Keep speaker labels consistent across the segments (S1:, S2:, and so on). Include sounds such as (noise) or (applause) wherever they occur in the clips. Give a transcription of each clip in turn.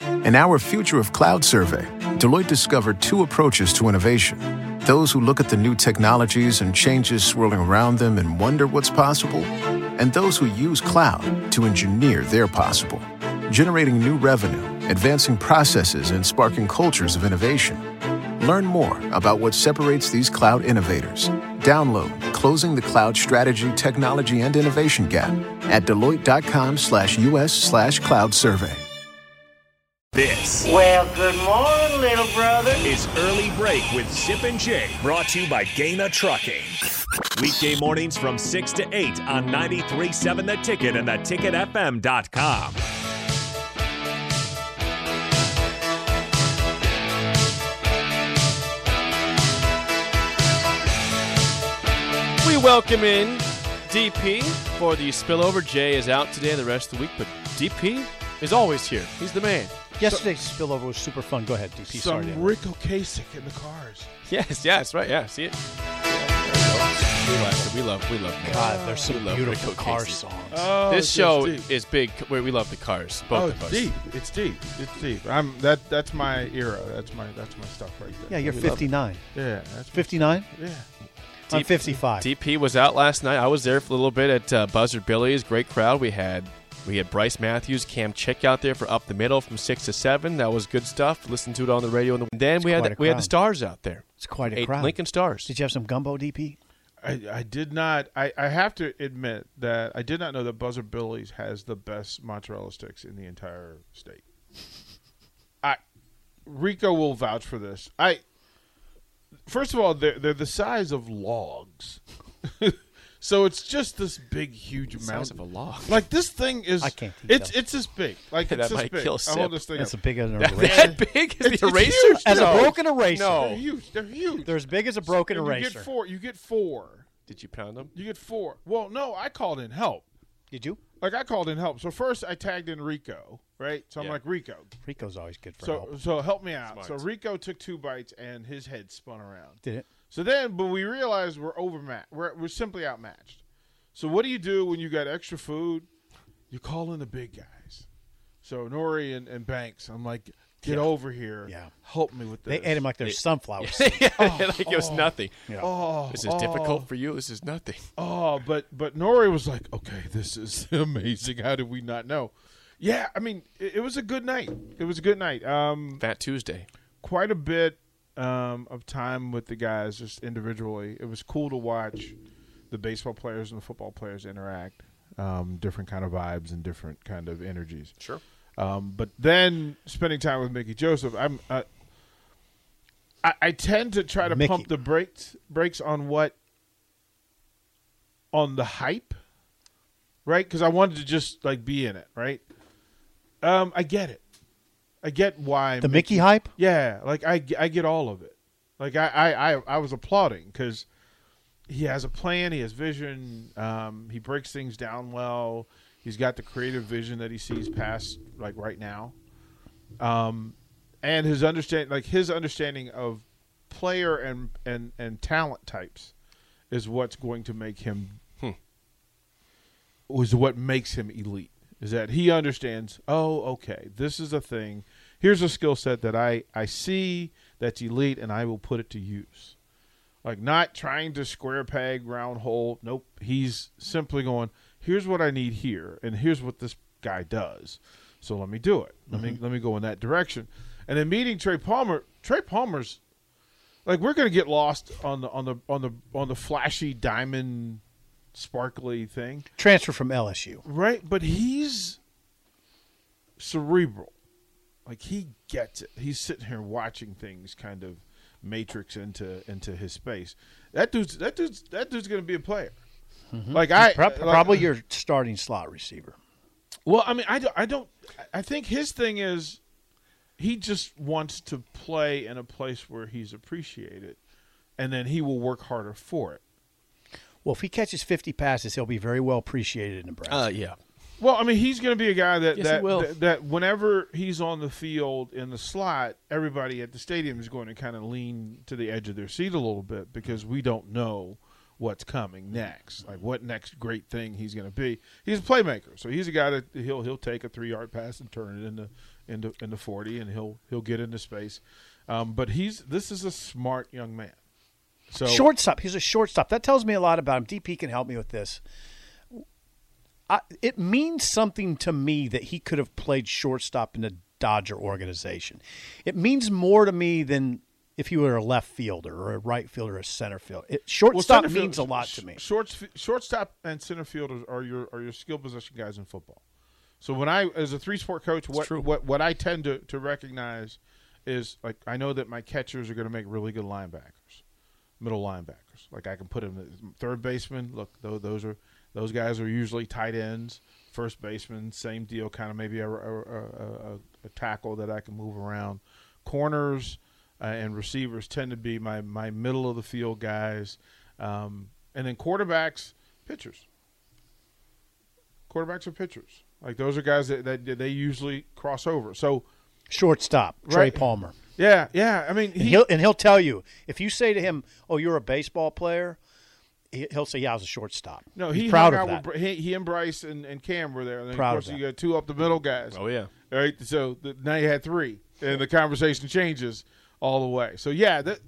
S1: In our Future of Cloud survey, Deloitte discovered two approaches to innovation those who look at the new technologies and changes swirling around them and wonder what's possible, and those who use cloud to engineer their possible, generating new revenue, advancing processes, and sparking cultures of innovation. Learn more about what separates these cloud innovators. Download Closing the Cloud Strategy, Technology, and Innovation Gap at Deloitte.com slash US slash cloud survey.
S2: This
S3: Well, good morning, little brother.
S2: is Early Break with Zip and Jay, brought to you by Gaina Trucking. Weekday mornings from 6 to 8 on 93.7 The Ticket and theticketfm.com.
S4: We welcome in DP for the spillover. Jay is out today the rest of the week, but DP is always here. He's the man.
S5: Yesterday's spillover was super fun. Go ahead, DP. Sorry. to
S6: Some
S5: interrupt.
S6: Rick Ocasek in the cars.
S4: (laughs) Yes, yes, right, yeah. See it. We love, we love, we love. Cars.
S5: God, there's some
S4: love
S5: beautiful
S4: Rick Ocasek.
S5: car songs.
S6: Oh,
S4: this show
S6: it's deep.
S4: is big. Where we love the cars, both
S6: oh,
S4: of
S6: it's
S4: us.
S6: deep. It's deep. It's deep. I'm that. That's my era. That's my. That's my stuff right there.
S5: yeah, you're
S6: We love it.
S5: 59.
S6: Yeah, that's
S5: 59?
S6: Yeah.
S5: I'm
S4: Deep-
S5: 55.
S4: DP was out last night. I was there for a little bit at uh, Buzzard Billy's. Great crowd. We had we had Bryce Matthews, Cam Chick out there for up the middle from six to seven. That was good stuff. Listen to it on the radio. And then we had
S5: quite
S4: the,
S5: a
S4: we had the
S5: crowd.
S4: stars out there.
S5: It's quite a
S4: Eight
S5: crowd.
S4: Lincoln stars.
S5: Did you have some gumbo, DP?
S6: I, I did not. I, I have to admit that I did not know that Buzzer Billy's has the best mozzarella sticks in the entire state. I Rico will vouch for this. I first of all, they're they're the size of logs, (laughs) so it's just this big, huge mountain
S4: Size of a log.
S5: (laughs)
S6: Like this thing is.
S5: I can't eat
S6: It's
S5: those.
S6: it's this big. Like
S4: That
S6: it's this
S4: might
S6: big.
S4: kill
S6: I
S4: Sip.
S6: hold this thing.
S5: That's a
S6: up.
S5: big as an
S4: That, (laughs)
S5: eraser.
S4: big
S6: It's-
S4: is
S6: it's
S4: the eraser?
S6: huge,
S5: As a
S6: No.
S5: broken eraser.
S6: They're
S4: No.
S6: huge. They're huge.
S5: They're as big as a broken
S6: And You
S5: eraser.
S6: get four. You get four.
S4: Did you pound them?
S6: You get four. Well, no, I called in help.
S5: Did you?
S6: Like I called in help. So first I tagged in Rico, right? So I'm
S4: Yeah.
S6: like Rico.
S5: Rico's always good for
S6: So
S5: help.
S6: so help me out.
S4: Smart.
S6: So Rico took two bites and his head spun around.
S5: Did it?
S6: So then, but we realized we're overmatched. We're, we're simply outmatched. So what do you do when you got extra food? You call in the big guys. So Nori and, and Banks, I'm like, get over here.
S5: Yeah.
S6: Help me with
S5: They
S6: this.
S5: ate him like they're sunflower seeds.
S4: yeah, (laughs) like it was nothing.
S6: Oh,
S4: This is difficult for you. This is nothing.
S6: Oh, but but Nori was like, okay, this is (laughs) amazing. How did we not know? Yeah, I mean, it, it was a good night. It was a good night. Um,
S4: Fat Tuesday.
S6: quite a bit um, of time with the guys just individually. It was cool to watch the baseball players and the football players interact. Um, different kind of vibes and different kind of energies.
S4: Sure.
S6: Um, but then spending time with Mickey Joseph, I'm uh, I, I tend to try to
S5: Mickey.
S6: pump the brakes brakes on what on the hype, right? Because I wanted to just like be in it, right? Um, I get it. I get why
S5: The Mickey hype?
S6: yeah, like I, I get all of it. Like I I, I, I was applauding because he has a plan, he has vision, um, he breaks things down well. He's got the creative vision that he sees past like right now, um, and his understand like his understanding of player and and and talent types is what's going to make him was what makes him elite is that he understands oh okay this is a thing here's a skill set that i i see that's elite and i will put it to use like not trying to square peg round hole nope he's simply going here's what i need here and here's what this guy does so let me do it let me let me go in that direction and then meeting trey palmer trey palmer's like we're gonna get lost on the on the on the on the flashy diamond sparkly thing
S5: Transfer from LSU.
S6: Right, but he's cerebral. Like he gets it. He's sitting here watching things kind of matrix into into his space. That dude's that dude's that dude's gonna be a player. Like I
S5: Mm-hmm. Prob-
S6: like- uh,
S5: probably your starting slot receiver.
S6: well, I mean, I don't, I don't. I think his thing is he just wants to play in a place where he's appreciated, and then he will work harder for it.
S5: Well, if he catches 50 passes, he'll be very well appreciated in Nebraska.
S4: Uh, yeah.
S6: Well, I mean, he's going to be a guy that
S4: Yes, he
S6: that,
S4: will.
S6: that that whenever he's on the field in the slot, everybody at the stadium is going to kind of lean to the edge of their seat a little bit because we don't know what's coming next. Like what next great thing he's going to be. He's a playmaker, so he's a guy that he'll he'll take a three yard pass and turn it into into into forty, and he'll he'll get into space. Um, but he's this is a smart young man. So
S5: shortstop. He's a shortstop. That tells me a lot about him. DP can help me with this. I, it means something to me that he could have played shortstop in the Dodger organization. It means more to me than if he were a left fielder or a right fielder or a center field. It,
S6: Well,
S5: shortstop
S6: center field-
S5: means a lot to me.
S6: Shorts, shortstop and center fielders are your are your skill position guys in football. So when I, as a three sport coach, what, what what I tend to, to recognize is like I know that my catchers are going to make really good linebackers, middle linebackers. Like I can put them third baseman. Look, those, those are those guys are usually tight ends, first baseman, same deal. Kind of maybe a, a, a- a- a tackle that I can move around. Corners uh, and receivers tend to be my my middle of the field guys, um, and then quarterbacks, pitchers quarterbacks or pitchers. Like those are guys that, that they usually cross over. So
S5: Shortstop, Trey
S6: Right.
S5: Palmer.
S6: yeah, yeah. I mean,
S5: And
S6: he,
S5: he'll, and he'll tell you if you say to him, "Oh, you're a baseball player," he- he'll say, "Yeah, I was a shortstop."
S6: no,
S5: he's
S6: he
S5: proud
S6: hung
S5: of
S6: out
S5: that.
S6: With, Br- he, he and Bryce and, and Cam were there. And then,
S5: Proud
S6: of
S5: of
S6: course, you
S5: that.
S6: got two up the middle guys.
S4: Oh, yeah.
S6: All right. So the, now you had three, and the conversation changes all the way. So yeah, that.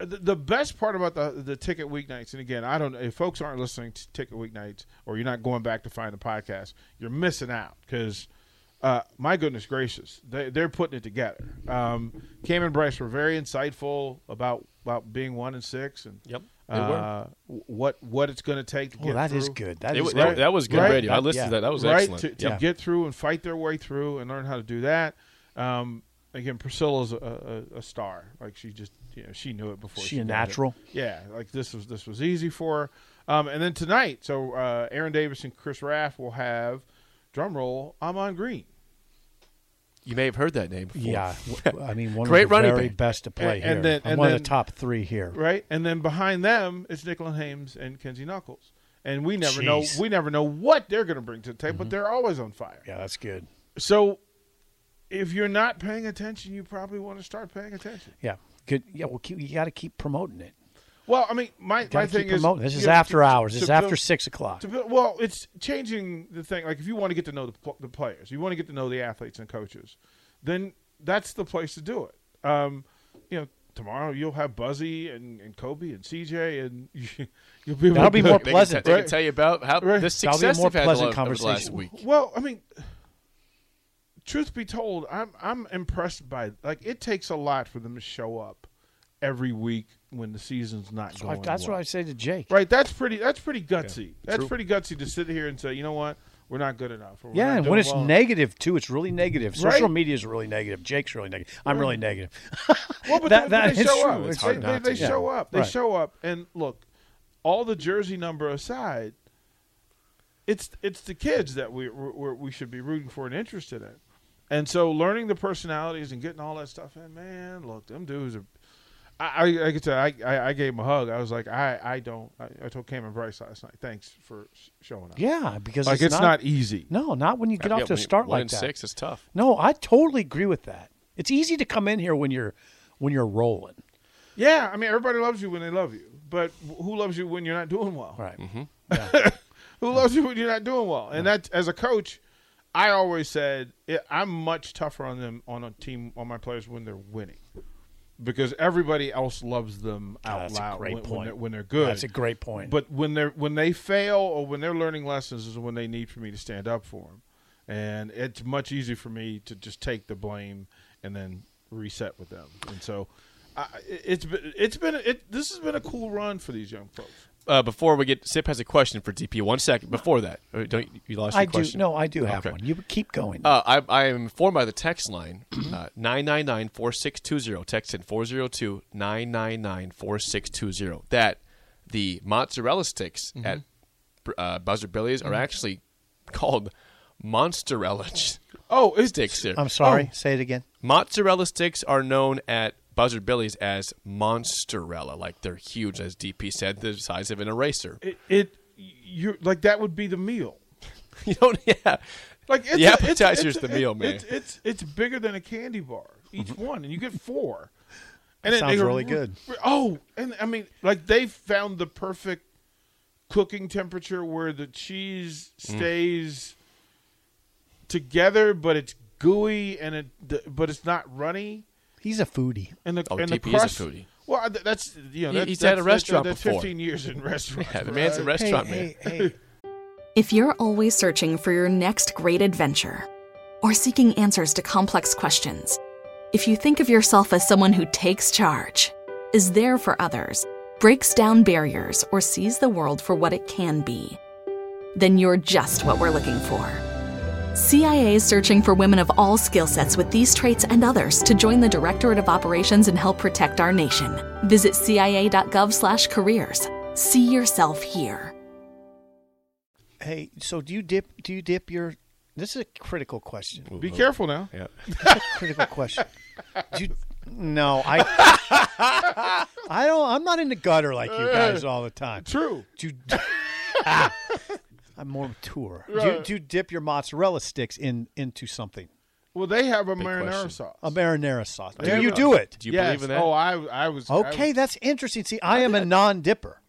S6: The, the best part about the the ticket weeknights, and again, I don't know if folks aren't listening to ticket weeknights, or you're not going back to find the podcast, you're missing out because, uh, my goodness gracious, they they're putting it together. Um, Cam and Bryce were very insightful about about being one and six, and
S4: Yep, they were.
S6: uh, w- what what it's going to take to
S5: Oh,
S6: get
S5: that is
S6: through
S5: good. That
S4: It
S5: is
S4: was,
S5: great.
S4: that, that was good
S6: Right.
S4: radio. I listened
S5: Yeah.
S4: to that. That was
S6: right
S4: excellent.
S6: to, to
S4: Yeah.
S6: get through and fight their way through and learn how to do that. Um, again, Priscilla's a, a, a star. Like she just, you know, she knew it before.
S5: She a
S6: did it.
S5: natural?
S6: Yeah, like this was this was easy for her. Um, and then tonight, so uh, Aaron Davis and Chris Raff will have drum roll. Amon Green.
S4: You may have heard that name. Before.
S5: Yeah, w- I mean, one
S4: Great
S5: of the
S4: running
S5: very
S4: back.
S5: best to play
S6: And-
S5: here.
S6: and then-
S5: I'm
S6: and
S5: one of
S6: then-
S5: the top three here.
S6: right? And then behind them is Nicklin Hames and Kenzie Knuckles. And we never know
S5: Jeez. Mm-hmm.
S6: we never know what they're going to bring to the table, but they're always on fire.
S5: Yeah, that's good.
S6: So if you're not paying attention, you probably want to start paying attention.
S5: Yeah, good. Yeah, well, keep, you got to keep promoting it.
S6: Well, I mean, my, my
S5: Got to
S6: thing
S5: keep
S6: is
S5: promoting. This
S6: you
S5: is
S6: know,
S5: after
S6: to-
S5: hours.
S6: to
S5: This is
S6: build-
S5: after six o'clock.
S6: to build- well, it's changing the thing. Like if you want to get to know the, pl- the players, you want to get to know the athletes and coaches, then that's the place to do it. Um, you know, tomorrow you'll have Buzzy and, and Kobe and CJ, and (laughs) you, will be able
S5: That'll
S6: to
S5: be
S6: go-
S5: more
S4: They, can,
S5: pleasant.
S4: te- they
S6: Right.
S4: can tell you about how the
S5: That'll
S6: Right.
S5: be a
S4: success
S5: more
S4: they've had
S5: pleasant
S4: lo- over the last
S5: conversation.
S4: week.
S6: Well, I mean, truth be told, I'm I'm impressed by like it takes a lot for them to show up every week when the season's not
S5: I-
S6: going.
S5: that's
S6: well.
S5: what I say to Jake.
S6: Right, that's pretty. That's pretty gutsy. that's pretty gutsy to sit here and say, you know what, we're not good enough. or we're
S5: Yeah,
S6: not
S5: and
S6: doing
S5: when it's
S6: well enough."
S5: negative too, it's really negative.
S6: Right.
S5: Social media is really negative. Jake's really negative. I'm really negative. (laughs)
S6: Well, but
S5: That-
S6: they,
S5: that
S6: they
S5: is
S6: show
S5: true.
S6: up.
S5: It's
S6: They-
S5: hard
S6: they
S5: not
S6: they
S5: to.
S6: show
S5: Yeah.
S6: up. They
S5: Right.
S6: show up. And look, all the jersey number aside, it's it's the kids that we we we should be rooting for and interested in. And so, learning the personalities and getting all that stuff in, man, look, them dudes are. I, I, I could tell. I, I, I gave him a hug. I was like, I, I don't. I, I told Cameron Bryce last night, thanks for sh- showing up.
S5: Yeah, because
S6: like
S5: it's,
S6: it's, not, easy.
S5: No, not when you get
S4: Yeah,
S5: off to a
S4: when you-
S5: start
S4: one
S5: like
S4: and
S5: that.
S4: six is tough.
S5: No, I totally agree with that. It's easy to come in here when you're when you're rolling.
S6: Yeah, I mean, everybody loves you when they love you, but who loves you when you're not doing well?
S5: Right.
S4: Mm-hmm.
S6: Who loves you when you're not doing well? And that, as a coach, I always said it, I'm much tougher on them on a team on my players when they're winning, because everybody else loves them out
S5: Ah, that's a
S6: loud
S5: great
S6: when, when
S5: point.
S6: they're, when they're good.
S5: That's a great point.
S6: But when they're when they fail or when they're learning lessons is when they need for me to stand up for them, and it's much easier for me to just take the blame and then reset with them. And so, I, it's been it's been it, this has been a cool run for these young folks.
S4: Uh, before we get, Sip has a question for DP. One second before that, Uh, don't you- you lost your
S5: I do.
S4: question?
S5: No, I do have
S4: Okay.
S5: one. You keep going.
S4: Uh, I, I am informed by the text line, (clears throat) uh, 999-4620, text in 402-999-4620, that the mozzarella sticks
S5: Mm-hmm.
S4: at uh, Buzzer Billy's are actually called mozzarella (laughs) ch-
S6: Oh, it's
S4: sticks. There.
S5: I'm sorry. Say it again.
S4: Mozzarella sticks are known at Buzzard Billy's as monsterella, like they're huge, as DP said, the size of an eraser. (laughs)
S6: it, it you like that would be the meal.
S4: You don't, yeah.
S6: Like it's
S4: The
S6: a- it's-
S4: appetizer's
S6: it's-
S4: the meal, man.
S6: it's-
S4: Mm-hmm.
S6: It's, it's it's bigger than a candy bar each one, and you get four. And
S5: That
S6: it-
S5: sounds
S6: they-
S5: really good.
S6: Oh, and I mean, like they found the perfect cooking
S4: Mm.
S6: temperature where the cheese stays together, but it's gooey and it, th- but it's not runny.
S5: He's a foodie.
S6: And the
S4: Oh,
S6: and
S4: DP is
S6: the
S4: a
S6: crust,
S4: foodie.
S6: Well, I- th- that's you know
S4: He-
S6: that's,
S4: he's
S6: that's,
S4: had a restaurant
S6: that's,
S4: before.
S6: that's fifteen years in restaurants.
S4: (laughs) Yeah, the man's a
S6: right?
S4: restaurant man.
S5: hey, hey, hey.
S7: If you're always searching for your next great adventure or seeking answers to complex questions, if you think of yourself as someone who takes charge, is there for others, breaks down barriers, or sees the world for what it can be, then you're just what we're looking for. CIA is searching for women of all skill sets with these traits and others to join the Directorate of Operations and help protect our nation. Visit cia.gov/careers. See yourself here.
S5: hey, so do you dip? Do you dip your? This is a critical question.
S6: Be careful now.
S4: Yeah.
S5: critical question. Do you, no, I, I don't. I'm not in the gutter like you guys all the time.
S6: True.
S5: Do you, Ah, I'm more mature. Do you, do you dip your mozzarella sticks in into something?
S6: Well, they have a marinara
S4: question.
S6: sauce.
S5: A marinara sauce. Do
S6: Yeah.
S5: you do it?
S4: Do you
S6: Yes.
S4: believe in that?
S6: Oh, I I was I
S5: Okay,
S6: was-
S5: that's interesting. See, I am a non-dipper.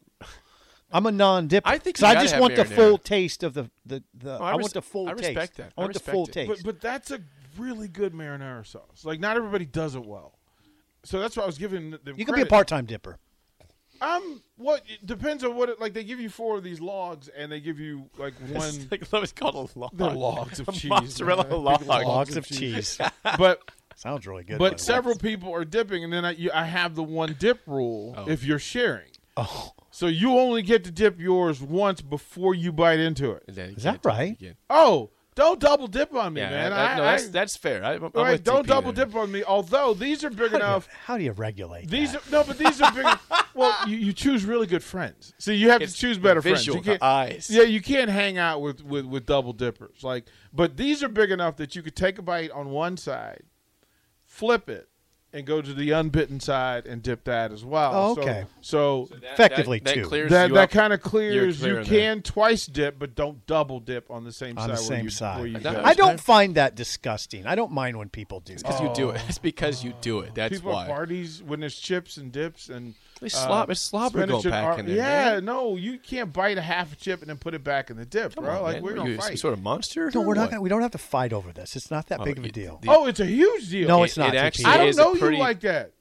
S5: I'm a non-dipper.
S4: I think you
S5: so. I
S4: gotta
S5: just
S4: have
S5: want the
S4: marinara.
S5: full taste of the the. the
S4: Oh, I
S5: I,
S4: res-
S5: want the full
S4: I
S5: taste.
S4: respect that.
S5: I
S4: I
S5: want the
S4: respect
S5: full
S4: it.
S5: taste.
S6: But but that's a really good marinara sauce. Like not everybody does it well. So that's why I was giving them.
S5: you can be a
S6: credit.
S5: part-time dipper.
S6: I'm what it depends on what it like. They give you four of these logs, and they give you like one.
S4: It's like, it's called a log.
S6: They're logs of
S4: A
S6: cheese,
S4: Mozzarella
S6: man. (laughs)
S4: log.
S5: Logs of cheese.
S4: (laughs)
S6: but
S5: Sounds really good. by the way.
S6: but several people are dipping, and then I you, I have the one dip rule if you're sharing. Oh. So you only get to dip yours once before you bite into it.
S5: Is that right?
S6: Oh, don't double dip on me,
S4: Yeah,
S6: man.
S4: that-
S6: I,
S4: no,
S6: I-
S4: that's, that's fair. I, am
S6: all right, don't double dip on me. Although these
S4: (laughs)
S6: are
S5: How
S6: big
S5: do
S6: enough.
S5: you- How do you regulate?
S6: These
S5: that?
S6: are no, but these are big. well, you, you choose really good friends. See, you have
S4: It's
S6: to choose better
S4: visual,
S6: friends. You
S4: the eyes.
S6: Yeah, you can't hang out with, with with double dippers. Like, but these are big enough that you could take a bite on one side, flip it, and go to the unbitten side and dip that as well.
S5: Oh,
S6: So-
S5: okay.
S6: So,
S5: Effectively,
S4: that,
S5: too.
S4: That clears
S6: that
S4: you
S6: that
S4: up.
S6: kind of clears.
S4: clear
S6: You
S4: in
S6: can twice dip, but don't double dip on the same
S5: on
S6: side.
S5: the
S6: where
S5: same
S6: you- where you
S5: side.
S6: go.
S5: I don't find that disgusting. I don't mind when people do that.
S4: Because you do it. It's because you do it. That's
S6: Oh. People
S4: why.
S6: at parties when there's chips and dips and uh,
S4: They slob- it's slobber
S6: spinach
S4: going
S6: and
S4: back
S6: ar-
S4: in there,
S6: Yeah,
S4: man.
S6: no, you can't bite a half a chip and then put it back in the dip,
S4: Come
S6: bro.
S4: on,
S6: like
S4: man.
S6: we're
S4: What
S6: gonna
S4: are you,
S6: fight.
S4: Some sort of monster?
S5: No,
S4: or
S5: we're not.
S4: what?
S5: Gonna, we don't have to fight over this. It's not that
S4: Oh,
S5: big of a
S4: it-
S5: deal.
S4: the-
S6: oh, it's a huge deal.
S5: No, it's not.
S4: It actually
S6: I don't
S4: is a
S6: know
S4: pretty-
S6: you like that.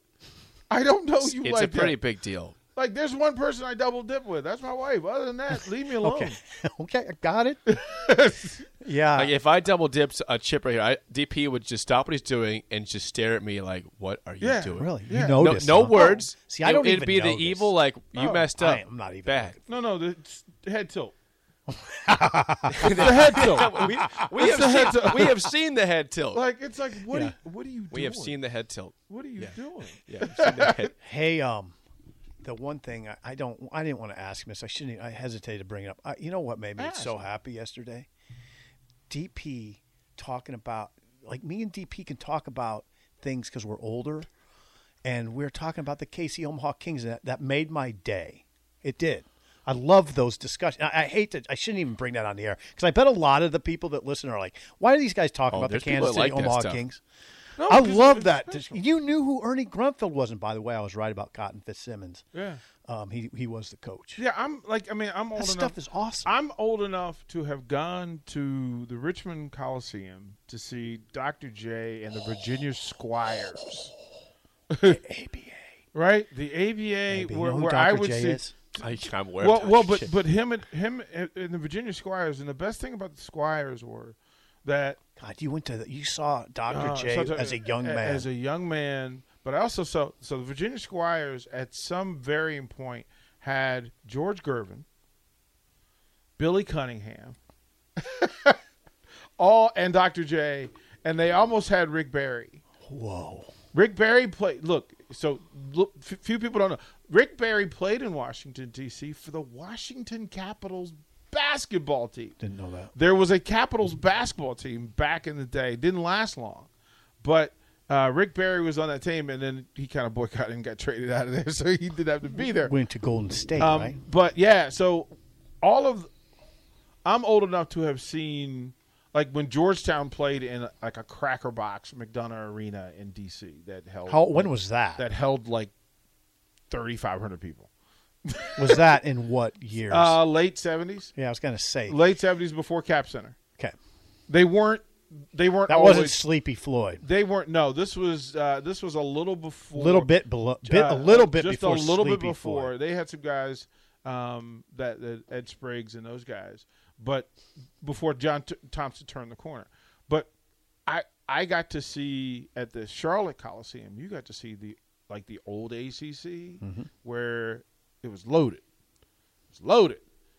S6: I don't know you
S4: It's
S6: like
S4: a pretty
S6: that.
S4: big deal.
S6: Like there's one person I double dip with. That's my wife. Other than that, leave me alone.
S5: okay, (laughs) okay, I got
S4: (laughs)
S5: it. yeah,
S4: Like if I double dipped a chip right here, I, DP would just stop what he's doing and just stare at me like, "What are you
S6: Yeah,
S4: doing?"
S5: really. You
S6: Yeah. No-
S4: No,
S5: notice?
S4: no
S5: huh?
S4: words.
S5: Oh, See, I
S4: It-
S5: don't
S4: It'd
S5: even
S4: be the
S5: notice.
S4: evil, like you
S6: Oh,
S4: messed
S5: I
S4: up.
S5: am not even
S4: bad.
S6: No, no, the it's
S4: (laughs)
S6: head tilt. the head tilt.
S4: we, we have seen, we have seen the head tilt.
S6: Like it's like what?
S5: Yeah.
S6: Are you, what are you? Doing?
S4: we have seen the head tilt.
S6: What are you doing?
S4: Yeah, we've seen
S5: (laughs)
S4: the head-
S5: Hey, um, the one thing I, I don't, I didn't want to ask Miss. I shouldn't. I hesitated to bring it up. I, you know what made me so happy yesterday? DP talking about like me and DP can talk about things because we're older, and we're talking about the KC Omaha Kings, and that, that made my day. It did. I love those discussions. I, I hate that. I shouldn't even bring that on the air because I bet a lot of the people that listen are like, "Why are these guys talking
S4: Oh,
S5: about the
S4: there's people
S5: Kansas
S4: that
S5: City
S4: like that
S5: Omaha
S4: stuff.
S5: Kings?"
S6: No,
S5: I
S6: 'cause
S5: love
S6: it's
S5: that.
S6: special.
S5: You knew who Ernie Grunfeld wasn't, by the way. I was right about Cotton Fitzsimmons.
S6: Yeah.
S5: Um, he he was the coach.
S6: Yeah, I'm like I mean I'm old
S5: that
S6: enough.
S5: stuff is awesome.
S6: I'm old enough to have gone to the Richmond Coliseum to see Dr. J and the Virginia Squires. ABA. Right? The ABA,
S5: Maybe. You
S6: where,
S5: know who
S6: where
S5: Dr.
S6: I would
S5: J
S6: see.
S5: is?
S4: I, am aware.
S6: Well,
S4: of
S6: well,
S4: that
S6: but
S4: shit.
S6: but him and him and, and the Virginia Squires, and the best thing about the Squires were that
S5: God, you went to the, you saw Dr.
S6: uh,
S5: J
S6: so- so-
S5: as a young man.
S6: As a young man, but I also saw so the Virginia Squires at some varying point had George Gervin, Billy Cunningham, (laughs) all and Dr. J, and they almost had Rick Barry.
S5: Whoa.
S6: Rick Barry played. Look, so look, f- few people don't know. Rick Barry played in Washington D.C. for the Washington Capitals basketball team.
S5: Didn't know that.
S6: There was a Capitals basketball team back in the day. Didn't last long, but uh, Rick Barry was on that team, and then he kind of boycotted and got (laughs) traded out of there, so he didn't have to be there.
S5: Went to Golden State,
S6: Um,
S5: right?
S6: But yeah, so all of I'm old enough to have seen like when Georgetown played in like a Cracker Box McDonough Arena in D.C. that held
S5: How when was that?
S6: that held like 3,500 people.
S5: was that in what years?
S6: Uh, late 70s,
S5: yeah, I was gonna say.
S6: late 70s before Cap Center.
S5: okay.
S6: They weren't they weren't
S5: That
S6: always,
S5: wasn't Sleepy Floyd.
S6: They weren't. No, this was uh, this was a little before.
S5: A little bit below, bit,
S6: uh,
S5: a little bit
S6: just
S5: before
S6: a little
S5: Sleepy
S6: bit before
S5: Floyd.
S6: they had some guys um, that, that Ed Spriggs and those guys, but before John T- Thompson turned the corner. But I I got to see at the Charlotte Coliseum. You got to see the like the old ACC
S5: Mm-hmm.
S6: where it was loaded. It was loaded.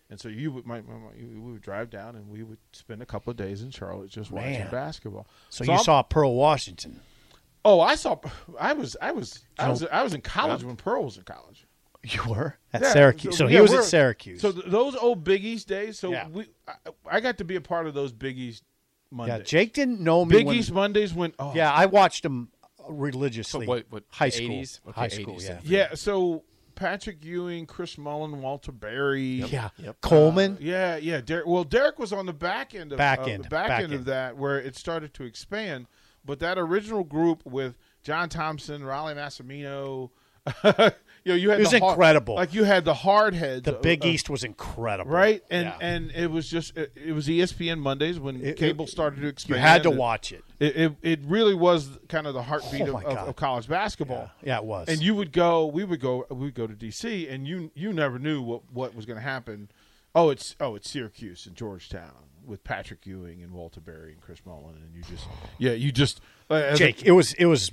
S6: And so you would, my, my, my, you- we would drive down and we would spend a couple of days in Charlotte just watching
S5: Man.
S6: basketball.
S5: So, you
S6: I'm-
S5: saw Pearl Washington. (laughs)
S6: Oh, I saw. I was. I was. I was. I was in college when Pearl was in college.
S5: You were at
S6: Yeah,
S5: Syracuse. So, he
S6: yeah,
S5: was at
S6: we're-
S5: Syracuse.
S6: So th- those old Big East days. So
S5: Yeah.
S6: we, I, I got to be a part of those Big East Mondays.
S5: yeah, Jake didn't know me.
S6: Big
S5: when-
S6: East Mondays when. Oh,
S5: Yeah, I watched him religiously.
S4: So what- what,
S5: high school,
S4: 80s? Okay,
S5: high school,
S4: 80s
S5: yeah,
S4: then.
S6: Yeah. So Patrick Ewing, Chris Mullen, Walter Berry.
S5: yeah. Coleman,
S6: Yeah, yeah. Derek, well, Derek was on the back end of
S5: Back
S6: of the
S5: end,
S6: back,
S5: back
S6: end, of
S5: end.
S6: that, where it started to expand. But that original group with John Thompson, Riley Massimino, (laughs) you know, you
S5: It
S6: had
S5: was
S6: the hard-
S5: incredible.
S6: like you had the hard heads.
S5: the
S6: of-
S5: Big
S6: of-
S5: East was incredible,
S6: uh, right? And
S5: Yeah.
S6: and it was just it, it was E ESPN Mondays when
S5: It-
S6: cable
S5: it-
S6: started to
S5: you
S6: expand.
S5: had to
S6: and
S5: watch it.
S6: It, it, it really was kind of the heartbeat
S5: Oh,
S6: of,
S5: my
S6: of,
S5: God.
S6: of college basketball.
S5: Yeah, it was.
S6: And you would go, we would go, we would go to DC, and you you never knew what what was going to happen. Oh, it's oh, it's Syracuse and Georgetown with Patrick Ewing and Walter Berry and Chris Mullen, and you just yeah, you just uh, as a-
S5: Jake, it was it was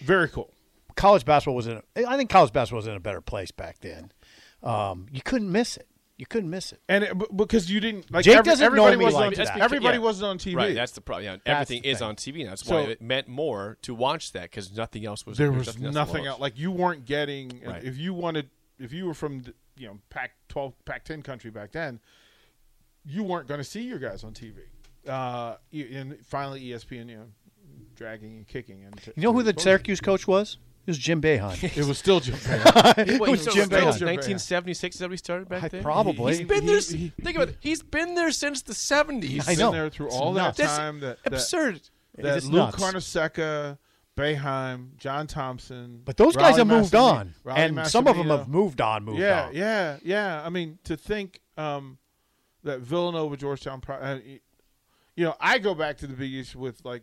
S6: very cool.
S5: college basketball was in. A, I think college basketball was in a better place back then. Um, you couldn't miss it. You couldn't miss it.
S6: And it, b- because you didn't like
S5: Jake
S6: every-
S5: doesn't know
S6: everybody
S5: me
S6: wasn't
S5: like
S6: on,
S5: that.
S6: TV. everybody
S4: Yeah.
S6: wasn't on TV.
S4: Right, that's the problem. Yeah, everything
S5: the
S4: is
S5: thing.
S4: on TV, and that's
S6: So-
S4: why it meant more to watch that because nothing else was.
S6: there was
S4: nothing else.
S6: nothing
S4: else.
S6: out like you weren't getting
S4: Right.
S6: if you wanted if you were from the, you know pac 12 pac 10 country back then you weren't going to see your guys on tv uh you- and finally E espn you know dragging and kicking and
S5: You know who the Syracuse coach was? It was Jim (laughs) Beheim.
S6: it was still Jim
S4: Wait,
S5: It was
S4: so
S5: Jim
S4: that was
S6: Beheim.
S4: 1976 that we started back then.
S5: (laughs) Probably.
S4: He's been there. s-
S6: He-
S4: think about it. He's been there since the 70s.
S5: I
S6: been
S5: know.
S6: there through
S5: It's
S6: all that
S5: nuts.
S4: That's
S6: time that, that
S4: absurd.
S6: that
S5: It's
S6: Luke
S5: nuts.
S6: Carnesecca, Beheim, John Thompson,
S5: But those guys
S6: Raleigh
S5: have moved
S6: Massimino-
S5: on,
S6: Raleigh
S5: and some of them
S6: Massimino.
S5: have moved on. Moved
S6: yeah,
S5: on.
S6: yeah, yeah. I mean, to think um, that Villanova, Georgetown, pro- uh, y- you know, I go back to the Big East with like,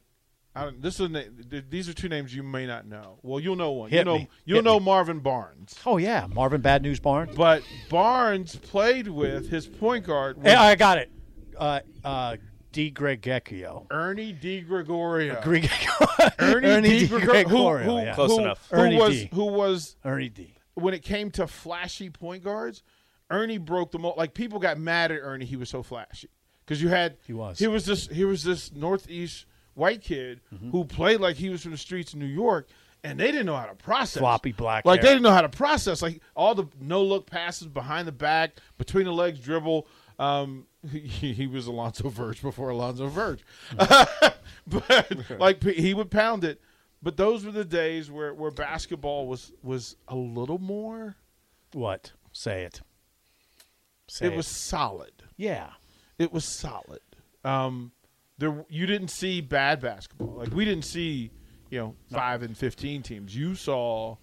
S6: I don't. This is a, na- th- these are two names you may not know. Well, you'll know one.
S5: Hit
S6: you know,
S5: me.
S6: you'll
S5: Hit
S6: know
S5: me.
S6: Marvin Barnes.
S5: Oh yeah, Marvin Bad News Barnes.
S6: But Barnes played with his point guard was
S5: Hey, I got it. Uh, uh, D. Greg Gecchio.
S6: Ernie Di Gregorio.
S5: Greg
S6: Ernie, Di Gregorio, who, who,
S5: yeah.
S4: Close
S6: who-
S4: enough.
S6: who
S5: Ernie
S6: was
S5: D.
S6: who was
S5: Ernie D.
S6: when it came to flashy point guards, Ernie broke the mold. Like people got mad at Ernie, he was so flashy because you had
S5: He was.
S6: he was this he was this northeast white kid
S5: Mm-hmm.
S6: who played like he was from the streets of New York, and they didn't know how to process
S5: Floppy black
S6: Like they
S5: hair.
S6: didn't know how to process like all the no look passes behind the back, between the legs dribble. Um, (laughs) he, he was Alonzo Verge before Alonzo Verge, (laughs)
S5: (laughs)
S6: but like he would pound it. But those were the days where, where basketball was was a little more
S5: What? Say it. Say
S6: it was solid.
S5: Yeah.
S6: It was solid. Um, there you didn't see bad basketball. Like we didn't see, you know, five and fifteen teams. You saw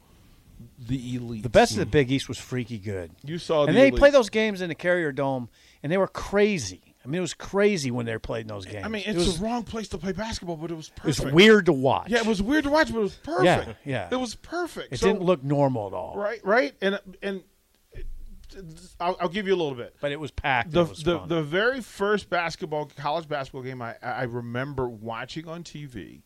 S6: the elite.
S5: The best of the Big East was freaky good.
S6: Hmm. You saw
S5: and
S6: the
S5: they
S6: elite.
S5: play those games in the Carrier Dome, and they were crazy. I mean, it was crazy when they were playing those games.
S6: I mean,
S5: it
S6: it's
S5: was,
S6: the wrong place to play basketball, but it was
S5: it was
S6: perfect.
S5: weird to watch.
S6: Yeah, it was weird to watch, but it was perfect.
S5: yeah.
S6: It was perfect.
S5: It
S6: So-
S5: didn't look normal at all,
S6: right, right, and and I'll, I'll give you a little bit.
S5: but it was packed.
S6: the
S5: it was
S6: the,
S5: fun.
S6: the very first basketball college basketball game I I remember watching on TV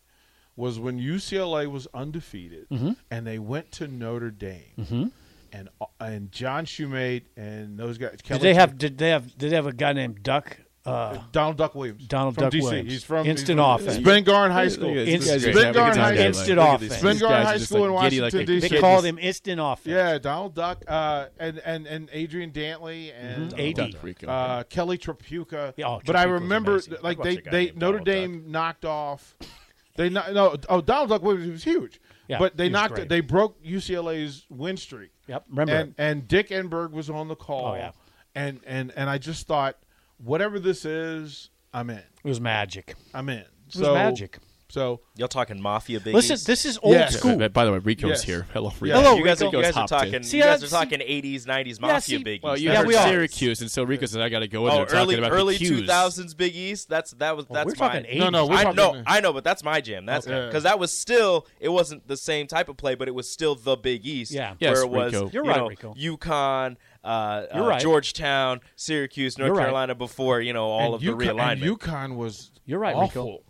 S6: was when UCLA was undefeated
S5: Mm-hmm.
S6: and they went to Notre Dame and and John Schumate and those guys.
S5: did they have? Did they have? Did they have a guy named Duck? Uh,
S6: Donald Duck Williams?
S5: Donald
S6: from
S5: Duck
S6: DC.
S5: Williams.
S6: He's from
S5: Instant offense.
S6: Spengarn High School.
S4: Look at
S5: Instant-
S4: this. These guys are having a good
S6: Spengarn
S4: time
S6: High-
S4: down there. Look
S5: Instant
S4: at these-
S5: offense.
S4: these guys
S6: Spengarn
S4: are
S6: High
S4: just,
S6: School
S4: like,
S6: in
S4: giddy like
S6: Washington,
S4: a
S6: D.C.
S5: they
S4: kid.
S5: called him instant offense.
S6: Yeah, Donald Duck uh, and and and Adrian Dantley and
S5: Mhm. AD.
S6: uh, Kelly Trapuka.
S5: Yeah, oh,
S6: but I
S5: Trapuka's
S6: remember
S5: amazing.
S6: th- like
S4: I watched
S6: they
S4: a guy
S6: they
S4: named
S6: Notre
S4: Donald
S6: Dame knocked off. They kno- no oh Donald Duck Williams was huge.
S5: Yeah,
S6: but
S5: he
S6: they
S5: was
S6: knocked
S5: great.
S6: they broke UCLA's win streak.
S5: Yep, remember
S6: And
S5: it.
S6: and Dick Enberg was on the call.
S5: Oh, yeah.
S6: And and and I just thought whatever this is, I'm in.
S5: It was magic.
S6: I'm in.
S5: was
S6: so
S5: magic.
S6: So
S8: Y'all talking mafia biggies?
S5: Listen, this is old
S6: Yes.
S5: school.
S4: By the way, Rico's
S6: Yes.
S4: here. Hello, Rico.
S6: Yeah.
S5: Hello,
S8: Uh, you guys,
S5: Rico.
S8: you guys are
S4: Hopped in.
S8: talking.
S5: See,
S8: you guys
S5: I-
S8: are talking 80s, 90s mafia
S5: Yeah, see-
S8: biggies.
S4: (laughs) Well, you
S5: Yeah,
S4: heard
S5: we are.
S4: Syracuse, and so Rico said, "I got to go." And
S8: oh,
S4: they're talking
S8: early
S4: about
S8: early
S4: the Qs.
S8: 2000s Big East. That's that was that's
S5: we're
S8: mine.
S5: talking
S6: no, no, we're
S8: I
S6: talking.
S8: know, I know, but that's my jam. That's
S6: Okay.
S8: because that was still it wasn't the same type of play, but it was still the Big East.
S5: Yeah.
S4: Yes,
S8: where it was
S4: Rico.
S5: You're
S8: you
S5: right,
S8: know,
S5: Rico.
S8: UConn, uh,
S5: You're
S8: uh,
S5: right.
S8: Georgetown, Syracuse, North
S5: You're right.
S8: Carolina before you know all of
S6: and
S8: the
S6: UConn,
S8: realignment. (laughs)
S6: and UConn was
S5: You're right, Rico.
S6: awful.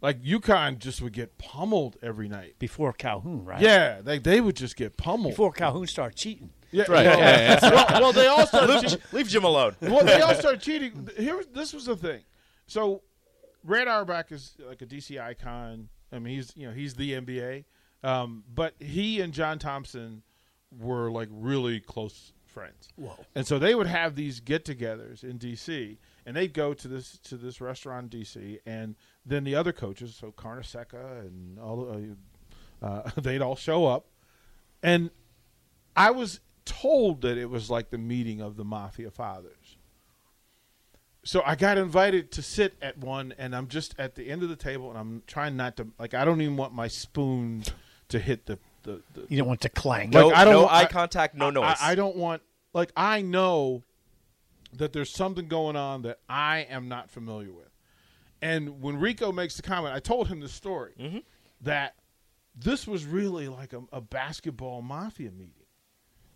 S6: Like UConn just would get pummeled every night.
S5: Before Calhoun, right?
S6: Yeah, they they would just get pummeled.
S5: Before Calhoun started cheating.
S6: yeah,
S4: Right.
S6: Well,
S4: Yeah, yeah,
S6: well, well,
S5: (laughs)
S6: they all started.
S8: leave, leave Jim alone.
S6: well, they all started cheating. Here, was- this was the thing. So, Red Auerbach is like a DC icon. I mean, he's you know he's the NBA, um, but he and John Thompson were like really close friends. Whoa! And so they would have these get-togethers in DC, and they'd go to this to this restaurant in DC, and then the other coaches, so Carnesecca and all, uh, uh, (laughs) they'd all show up, and I was told that it was like the meeting of the mafia fathers. So I got invited to sit at one, and I'm just at the end of the table, and I'm trying not to like. I don't even want my spoon to hit the the. the
S5: You don't want to clang.
S8: No,
S6: Like, I don't
S8: no
S6: want-
S8: eye
S6: I-
S8: contact, no noise.
S6: I, I don't want like I know that there's something going on that I am not familiar with. And when Rico makes the comment, I told him the story that this was really like a, a basketball mafia meeting.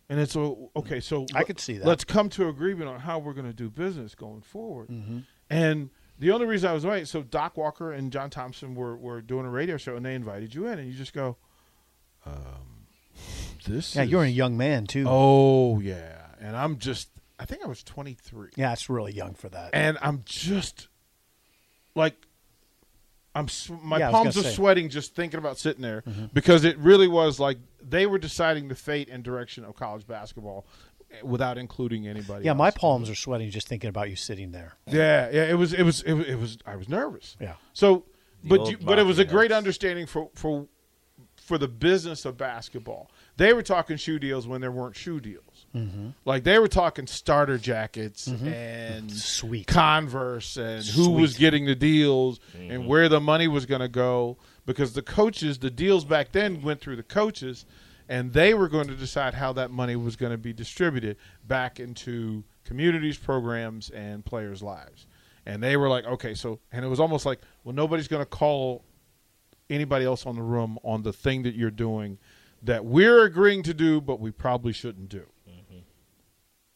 S6: And it's a, okay, so
S5: I could see that.
S6: Let's come to agreement on how we're going to do business going forward.
S5: Mm-hmm.
S6: And the only reason I was waiting, so Doc Walker and John Thompson were, were doing a radio show, and they invited you in, and you just go, um, this.
S5: Yeah,
S6: is,
S5: you're a young man too.
S6: Oh yeah, and I'm just. I think I was 23,
S5: Yeah, it's really young for that.
S6: and I'm just like. I'm sw- my
S5: Yeah, I was
S6: palms are
S5: gonna say. Mm-hmm.
S6: sweating just thinking about sitting there because it really was like they were deciding the fate and direction of college basketball eh, without including anybody.
S5: yeah, my
S6: else.
S5: palms are sweating just thinking about you sitting there.
S6: Yeah, yeah, it was, it was, it was, it was I was nervous.
S5: Yeah.
S6: So, but
S8: old
S6: you, but it was a
S8: mafia
S6: great
S8: house.
S6: understanding for for for the business of basketball. They were talking shoe deals when there weren't shoe deals. Mm-hmm. Like they were talking starter jackets and
S5: Mm-hmm. Sweet.
S6: Converse and who was getting the deals and where the money was going to go because the coaches, the deals back then went through the coaches and they were going to decide how that money was going to be distributed back into communities, programs, and players' lives. And they were like, okay, so, and it was almost like, well, nobody's going to call anybody else on the room on the thing that you're doing that we're agreeing to do, but we probably shouldn't do.
S5: Mm-hmm.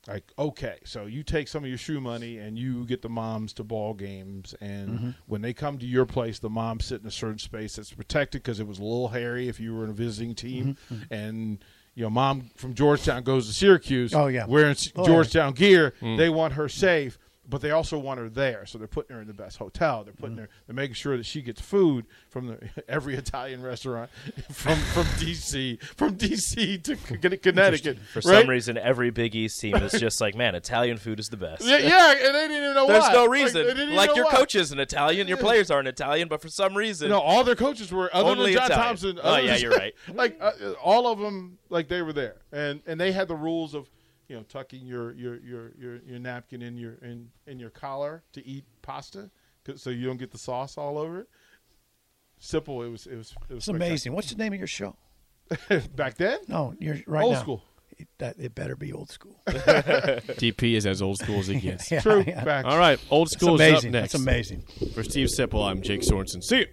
S6: Like, okay, so you take some of your shoe money and you get the moms to ball games, and
S5: Mm-hmm.
S6: when they come to your place, the moms sit in a certain space that's protected because it was a little hairy if you were a visiting team,
S5: Mm-hmm.
S6: and you know, mom from Georgetown goes to Syracuse.
S5: Oh, yeah.
S6: wearing S-
S5: Oh, yeah.
S6: Georgetown gear.
S8: Mm.
S6: They want her safe, but they also want her there. So they're putting her in the best hotel. They're
S5: Mm-hmm.
S6: putting her. They're making sure that she gets food from the, (laughs) every Italian restaurant (laughs) from from DC, from DC to Con- Connecticut.
S8: For
S6: right?
S8: some reason, every Big East team is just like, man, Italian food is the best.
S6: Yeah, yeah, and they didn't even know
S8: There's
S6: why.
S8: no
S6: they
S8: reason.
S6: didn't even
S8: Like,
S6: know
S8: your
S6: why.
S8: coach isn't Italian, your players aren't Italian, but for some reason,
S6: No, all their coaches were other
S8: Only
S6: than John
S8: Italian.
S6: Thompson.
S8: Oh,
S6: other
S8: yeah,
S6: than-
S8: you're right.
S6: (laughs) like uh, uh, all of them, like they were there, and and they had the rules of, you know, tucking your your your your, your napkin in your in in your collar to eat pasta, 'cause- so you don't get the sauce all over it. Simple. It was it was it was
S5: It's amazing. What's the name of your show?
S6: spectacular. (laughs) back then.
S5: No, you're right
S6: Old
S5: now.
S6: school.
S5: It, that, it better be old school.
S4: DP is as old school as it (laughs) gets.
S5: (laughs) Yeah,
S6: True.
S5: yeah.
S6: Back.
S4: All right, old
S5: It's
S4: school is up
S5: amazing.
S4: next.
S5: It's amazing.
S4: For Steve Sipple, I'm Jake Sorensen. See you.